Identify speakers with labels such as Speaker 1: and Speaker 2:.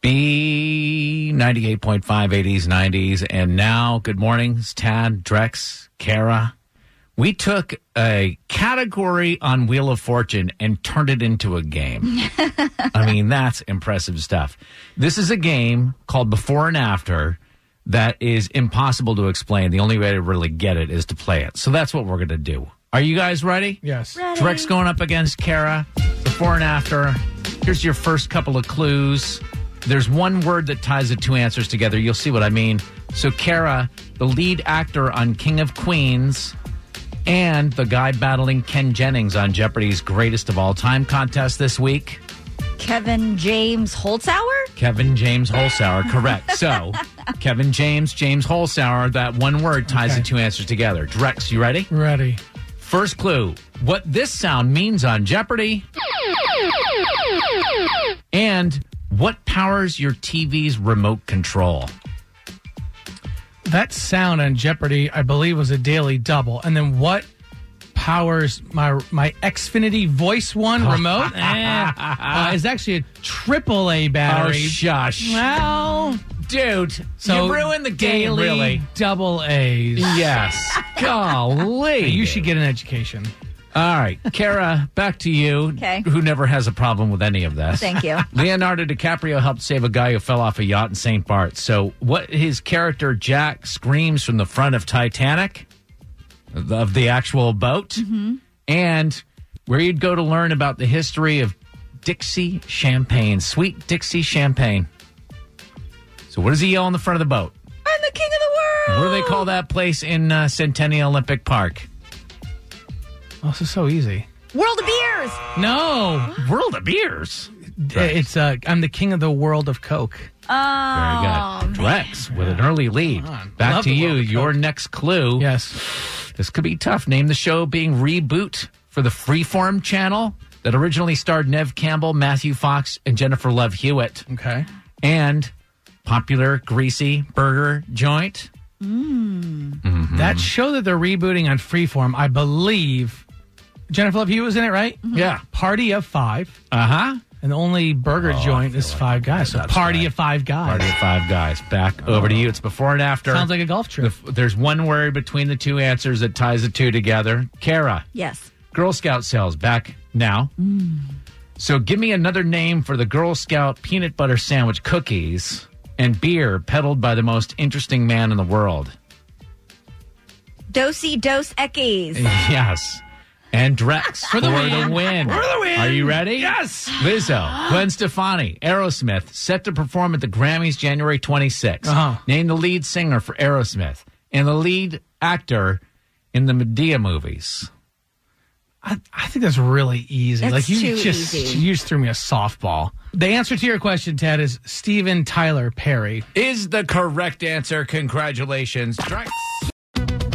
Speaker 1: B ninety eight point five eighties nineties and now good mornings Tad Drex Kara. We took a category on Wheel of Fortune and turned it into a game. I mean that's impressive stuff. This is a game called Before and After that is impossible to explain. The only way to really get it is to play it. So that's what we're going to do. Are you guys ready?
Speaker 2: Yes.
Speaker 1: Drex going up against Kara. Before and after. Here's your first couple of clues. There's one word that ties the two answers together. You'll see what I mean. So, Kara, the lead actor on King of Queens and the guy battling Ken Jennings on Jeopardy's Greatest of All Time contest this week,
Speaker 3: Kevin James Holtzauer?
Speaker 1: Kevin James Holsauer. Correct. So, Kevin James, James Holsauer, that one word ties the
Speaker 2: Okay.
Speaker 1: two answers together. Drex, you ready?
Speaker 2: Ready.
Speaker 1: First clue what this sound means on Jeopardy. And what powers your TV's remote control?
Speaker 2: That sound on Jeopardy, I believe, was a daily double. And then what powers my my Xfinity Voice One remote? eh, uh, is actually a triple A
Speaker 1: Oh,
Speaker 2: battery.
Speaker 1: shush.
Speaker 2: well,
Speaker 1: Dude,
Speaker 2: so
Speaker 1: you ruined the game,
Speaker 2: daily
Speaker 1: really.
Speaker 2: double A's.
Speaker 1: Yes. Golly.
Speaker 2: You should get an education.
Speaker 1: All right, Kara, back to you.
Speaker 3: Okay.
Speaker 1: Who never has a problem with any of this.
Speaker 3: Thank you.
Speaker 1: Leonardo DiCaprio helped save a guy who fell off a yacht in St. Bart's. So, what his character Jack screams from the front of Titanic, of the actual boat, and where you'd go to learn about the history of Dixie champagne, sweet Dixie champagne. So, what does he yell on the front of the boat?
Speaker 3: I'm the king of the world.
Speaker 1: What do they call that place in uh, Centennial Olympic Park?
Speaker 2: Oh, this is so easy.
Speaker 3: World of Beers.
Speaker 2: No,
Speaker 1: World of Beers.
Speaker 2: it's uh, I'm the king of the world of Coke.
Speaker 1: Very
Speaker 3: Oh,
Speaker 1: good. Drex with an early lead. Back
Speaker 2: Love
Speaker 1: to
Speaker 2: the
Speaker 1: you.
Speaker 2: World Cup.
Speaker 1: Your next clue.
Speaker 2: Yes,
Speaker 1: This could be tough. Name the show being reboot for the Freeform channel that originally starred Nev Campbell, Matthew Fox, and Jennifer Love Hewitt.
Speaker 2: okay.
Speaker 1: And popular greasy burger joint. Mm-hmm.
Speaker 2: That show that they're rebooting on Freeform, I believe Jennifer Love Hewitt was in it, right?
Speaker 1: Yeah.
Speaker 2: Party of Five,
Speaker 1: Uh huh.
Speaker 2: and the only
Speaker 1: Oh,
Speaker 2: burger joint is Five Guys. So Party of Five Guys
Speaker 1: Party of Five Guys. Back over to you. It's before and after.
Speaker 2: sounds like a golf
Speaker 1: The
Speaker 2: trip.
Speaker 1: f- There's one word between the two answers that ties the two together. Kara.
Speaker 3: yes.
Speaker 1: Girl Scout sales back now. So give me another name for the Girl Scout peanut butter sandwich cookies and beer peddled by the most interesting man in the world.
Speaker 3: Dosi dos Equis.
Speaker 1: Yes. And Drex for the, win. For the win. Are you ready? Yes. Lizzo, Gwen Stefani, Aerosmith, set to perform at the Grammys January 26th.
Speaker 2: Uh-huh.
Speaker 1: Name the lead singer for Aerosmith and the lead actor in the Medea movies.
Speaker 2: I, I think that's really easy.
Speaker 3: That's
Speaker 2: like you
Speaker 3: too
Speaker 2: just
Speaker 3: easy.
Speaker 2: you just threw me a softball. The answer to your question, Ted, is Steven Tyler Perry.
Speaker 1: Is the correct answer. Congratulations, Drex.